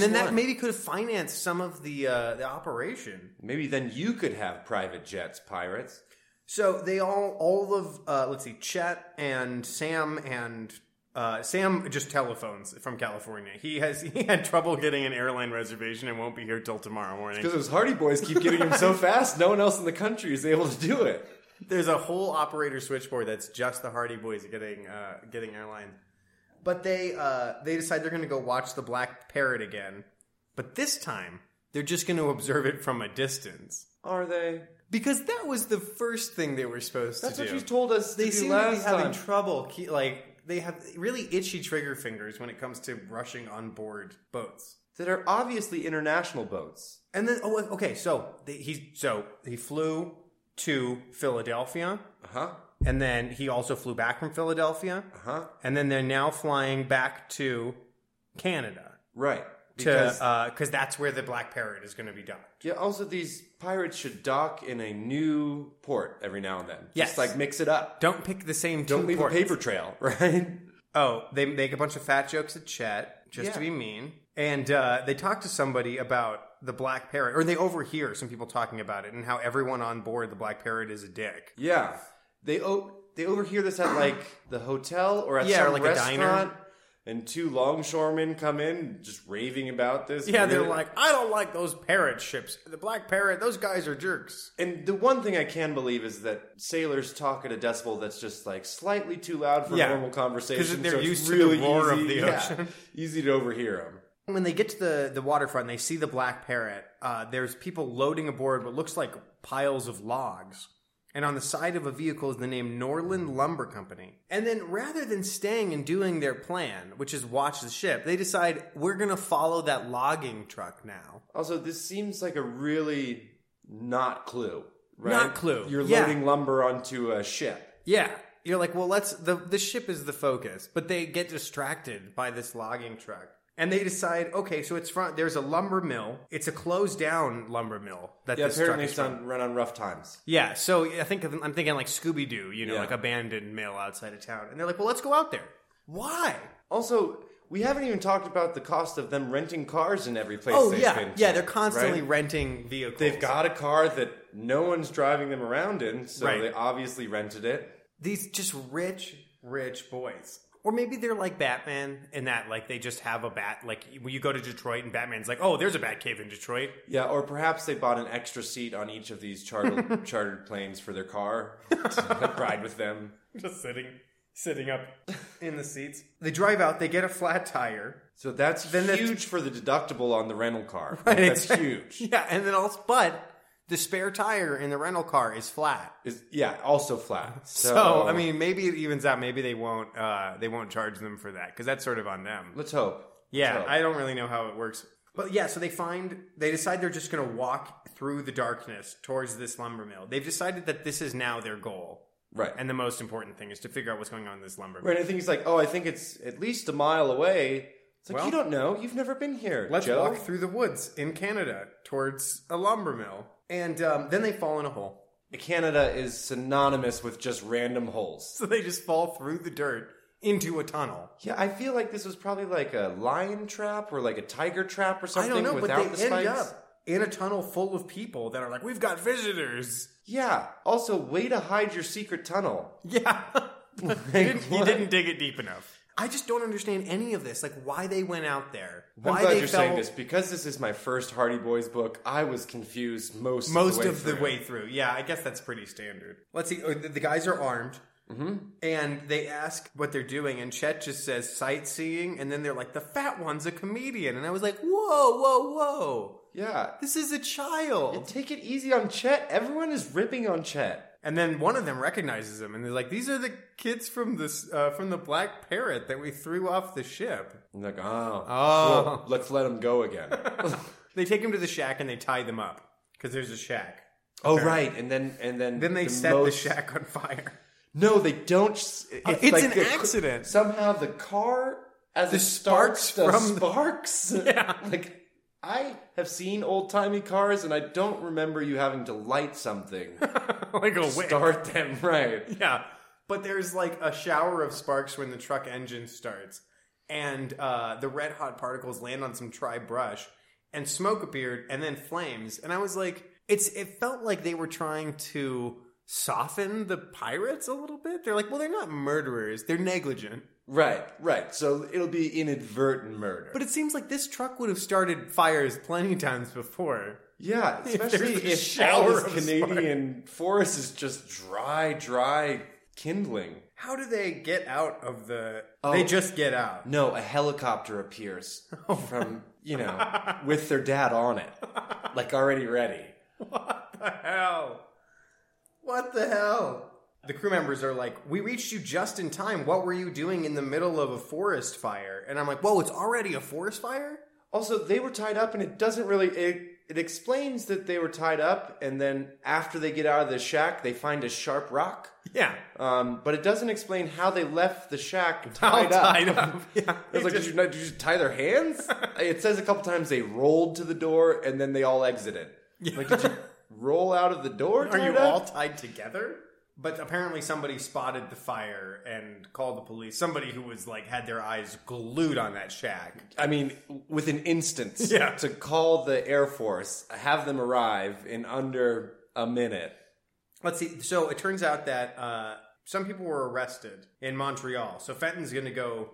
Just
then that
one.
maybe could have financed some of the uh, the operation.
Maybe then you could have private jets, pirates.
So they all, all of, uh, let's see, Chet and Sam and uh, Sam just telephones from California. He has *laughs* he had trouble getting an airline reservation and won't be here till tomorrow morning.
Because those Hardy boys keep giving him
*laughs*
so fast, no one else in the country is able to do it.
There's a whole operator switchboard that's just the Hardy Boys getting uh, getting airlines. But they uh, they decide they're going to go watch the Black Parrot again, but this time they're just going to observe it from a distance
Are they?
because that was the first thing they were supposed
That's
to do.
what you told us. to
they
do
seem to
last
be
time.
having trouble ke- like they have really itchy trigger fingers when it comes to rushing on board boats
that are obviously international boats.
and then oh okay so they, he so he flew to philadelphia
Uh huh.
and then he also flew back from philadelphia
Uh huh.
and then they're now flying back to canada
Right.
because because that's where the black parrot is going to be docked
Yeah, also these pirates should dock in a new port every now and then.
Yes.
Just like mix it up.
don't pick the same
Don't
two
leave
ports.
a paper trail, *laughs* right?
Oh, they make a bunch of fat jokes at Chet just to
Yeah.
be mean. And uh, they talk to somebody about the Black Parrot, or they overhear some people talking about it and how everyone on board the Black Parrot is a dick.
Yeah. They o- they overhear this at like the hotel or at
Yeah, or
some
like a
restaurant.
diner.
And two longshoremen come in just raving about this.
Yeah, they're
really-
like, I don't like those parrot ships. The Black Parrot, those guys are jerks.
And the one thing I can believe is that sailors talk at a decibel that's just like slightly too loud for
Yeah.
normal
'Cause
conversation.
they're
so it's
used to the
really
roar of
easy, *laughs*
the
yeah,
ocean.
easy to overhear them.
When they get to the, the waterfront, they see the Black Parrot. Uh, there's people loading aboard what looks like piles of logs. And on the side of a vehicle is the name Norland Lumber Company. And then rather than staying and doing their plan, which is watch the ship, they decide we're going to follow that logging truck now.
Also, this seems like a really not clue. Right?
Not clue.
You're
Yeah.
loading lumber onto a ship.
Yeah. You're like, well, let's the the ship is the focus, but they get distracted by this logging truck. And they decide, okay, so it's front there's a lumber mill. It's a closed down lumber mill that
Yeah,
this truck
apparently
is
it's
from.
on, run on rough times.
Yeah, so I think I'm thinking like Scooby Doo, you know,
Yeah.
like abandoned mill outside of town, and they're like, "Well, let's go out there." Why?
Also, we haven't even talked about the cost of them renting cars in every place.
Oh
they've
yeah,
been to,
yeah, they're constantly
right?
renting vehicles.
They've got a car that no one's driving them around in, so
Right.
they obviously rented it.
these just rich, rich boys. Or maybe they're like Batman in that like they just have a bat. Like when you go to Detroit and Batman's like, "Oh, there's a bat cave in Detroit." *laughs*
Yeah, or perhaps they bought an extra seat on each of these
*laughs*
chartered chartered planes for their car to ride with them.
Just sitting, sitting up in the seats. They drive out. They get a flat tire.
So that's
Then that's-
huge for the deductible on the rental car.
Right, *laughs*
that's
exact-
huge.
Yeah, and then also, but the spare tire in the rental car is flat.
Is yeah, also flat. So,
*laughs* So, I mean, maybe it evens out. Maybe they won't uh, they won't charge them for that because that's sort of on them.
let's hope.
Yeah,
Let's hope.
I don't really know how it works. But yeah, so they find they decide they're just going to walk through the darkness towards this lumber mill. They've decided that this is now their goal,
right.
and the most important thing is to figure out what's going on in this lumber mill.
Right, I think he's like, oh, I think it's at least a mile away. It's like
Well-
you don't know, you've never been here.
Let's
Joe.
walk through the woods in Canada towards a lumber mill, and um, then they fall in a hole. *laughs*
Canada is synonymous with just random holes.
So they just fall through the dirt into a tunnel.
Yeah, I feel like this was probably like a lion trap or like a tiger trap or
I
something
don't know, but
without
they
the
end
spikes.
up in a tunnel full of people that are like, "We've got visitors."
Yeah.
*laughs*
Also, way to hide your secret tunnel.
Yeah. he, didn't, he didn't dig it deep enough. I just don't understand any of this. Like why they went out there. Why
I'm glad
they
you're saying this because this is my first Hardy Boys book. I was confused most
most
of the way
of the
through.
way through. Yeah, I guess that's pretty standard. Mm-hmm. Let's see. uh, The the guys are armed. And they ask what they're doing, and Chet just says sightseeing, and then they're like, "The fat one's a comedian," and I was like, "Whoa, whoa, whoa!
Yeah.
This is a child!"
Take it easy on Chet. Everyone is ripping on Chet.
And then one of them recognizes him, and they're like, "These are the kids from this uh, from the Black Parrot that we threw off the ship."
I'm like, oh,
Oh.
well, let's let him go
*laughs*
again. Oh,
They take him to the shack and they tie them up because there's a shack.
oh, right. And then, and then,
Then they set
most-
the shack on fire. *laughs*
No, they don't. s- It's,
it's
like
an
the-
accident.
Somehow the car, as the it
sparks
starts, the
from the-
sparks.
*laughs* Yeah.
*laughs* Like, I have seen old timey cars, and I don't remember you having to light
*laughs*
something.
like a wick.
Start them right.
Yeah. But there's like a shower of sparks when the truck engine starts, and uh, the red hot particles land on some dry brush, and smoke appeared, and then flames. And I was like, it's it felt like they were trying to soften the pirates a little bit. They're like, well, they're not murderers; they're negligent.
Right, right. So it'll be inadvertent murder.
But it seems like this truck would have started fires plenty times before. *laughs*
Yeah, especially
there's a
if,
shower
all
of
this Canadian forest is just dry, dry kindling.
How do they get out of the?
Oh.
They just get out. *laughs*
No, a helicopter appears
Oh.
from you know with their dad on it, like already ready.
What the hell? What the hell? The crew members are like, We reached you just in time. What were you doing in the middle of a forest fire? And I'm like, Whoa, it's already a forest fire?
Also, they were tied up, and it doesn't really it, it explains that they were tied up, and then after they get out of the shack, they find a sharp rock.
Yeah.
Um, but it doesn't explain how they left the shack
All
tied up. *laughs*
tied up. yeah.
I was like, did you, not, did you tie their
*laughs*
hands? it says a couple times they rolled to the door and then they all exited. Like, did you roll out of the door?
Are you
kinda?
all tied together? But apparently somebody spotted the fire and called the police. Somebody who was like had their eyes glued on that shack.
I mean, with an instance
Yeah.
to call the Air Force, have them arrive in under a minute.
Let's see. So it turns out that uh, some people were arrested in Montreal. So Fenton's going to go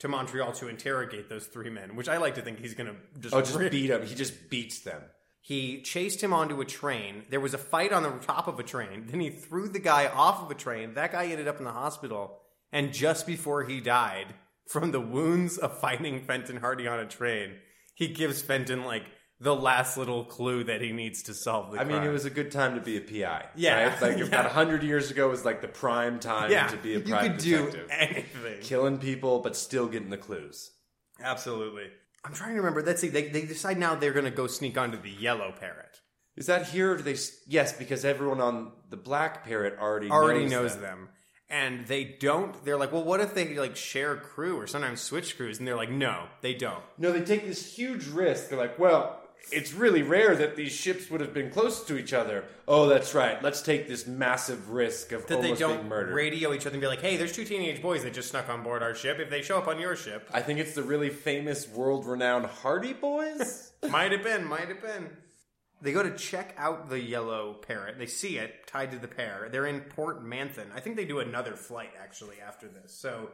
to Montreal to interrogate those three men, which I like to think he's going to just.
Oh, just beat him. He just beats them.
He chased him onto a train. There was a fight on the top of a train. Then he threw the guy off of a train. That guy ended up in the hospital. And just before he died from the wounds of fighting Fenton Hardy on a train, he gives Fenton like the last little clue that he needs to solve the
I mean,
crime.
it was a good time to be a PI.
Yeah.
Right?
*laughs*
Like,
Yeah.
about 100 years ago was like the prime time
yeah,
to be a
you
private
could
detective.
do anything.
Killing people, but still getting the clues.
Absolutely. I'm trying to remember. Let's see. They, they decide now they're going to go sneak onto the yellow parrot.
Is that here? Or do they? s- Yes, because everyone on the Black Parrot already
Already
knows,
knows
them.
them. And they don't. They're like, well, what if they like share crew or sometimes switch crews? And they're like, no, they don't.
No, they take this huge risk. They're like, well, it's really rare that these ships would have been close to each other. Oh, that's right. Let's take this massive risk of
That
almost
they don't
being murdered.
radio each other and be like, hey, there's two teenage boys that just snuck on board our ship. If they show up on your ship,
I think it's the really famous, world-renowned Hardy *laughs* Boys.
might have been, might have been. They go to check out the yellow parrot. They see it tied to the pair. They're in Port Manthan. I think they do another flight actually after this. So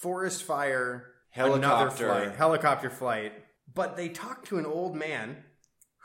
forest fire, another
Helicopter.
flight, helicopter flight. But they talk to an old man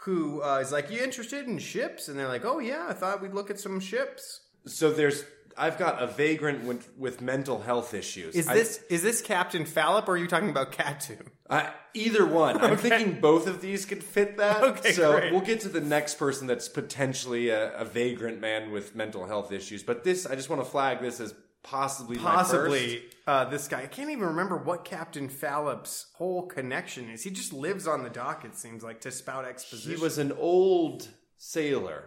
who uh, is like, "You interested in ships?" And they're like, "Oh yeah, I thought we'd look at some ships."
so there's, I've got a vagrant with, with mental health issues.
Is
I-
this is this Captain Fallop or are you talking about Catu?
I, either one. I'm thinking both of these could fit that.
Okay,
so
great.
we'll get to the next person that's potentially a, a vagrant man with mental health issues. But this, I just want to flag this as possibly my first.
possibly uh, this guy. I can't even remember what Captain Fallop's whole connection is. He just lives on the dock. It seems like to spout
He
exposition.
was an old sailor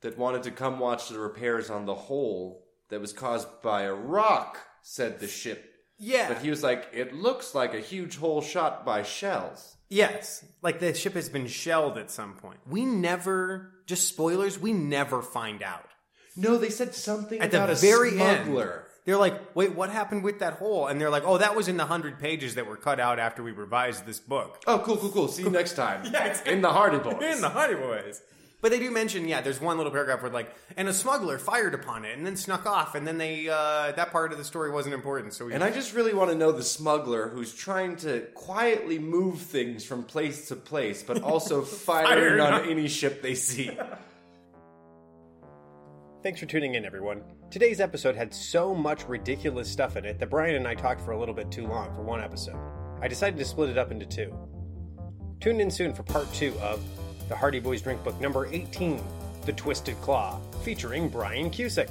that wanted to come watch the repairs on the hole that was caused by a rock. Said the ship.
yeah,
But he was like, it looks like a huge hole shot by shells.
yes, like the ship has been shelled at some point. We never, just spoilers. We never find out
No, they said something
at
about
the
a
very
smuggler.
end. They're like, wait, what happened with that hole? And they're like, oh, that was in the hundred pages that were cut out after we revised this book.
*laughs* Oh, cool, cool, cool. See you next time.
Yeah, exactly.
In the Hardy Boys.
In the Hardy Boys. But they do mention, yeah, there's one little paragraph where like, and a smuggler fired upon it and then snuck off, and then they uh, that part of the story wasn't important, so we
And I just really want to know the smuggler who's trying to quietly move things from place to place, but *laughs* also firing on any ship they see.
Thanks for tuning in, everyone. Today's episode had so much ridiculous stuff in it that Brian and I talked for a little bit too long for one episode. I decided to split it up into two. Tune in soon for part two of The Hardy Boys Drink Book number 18 The Twisted Claw, featuring Brian Cusick.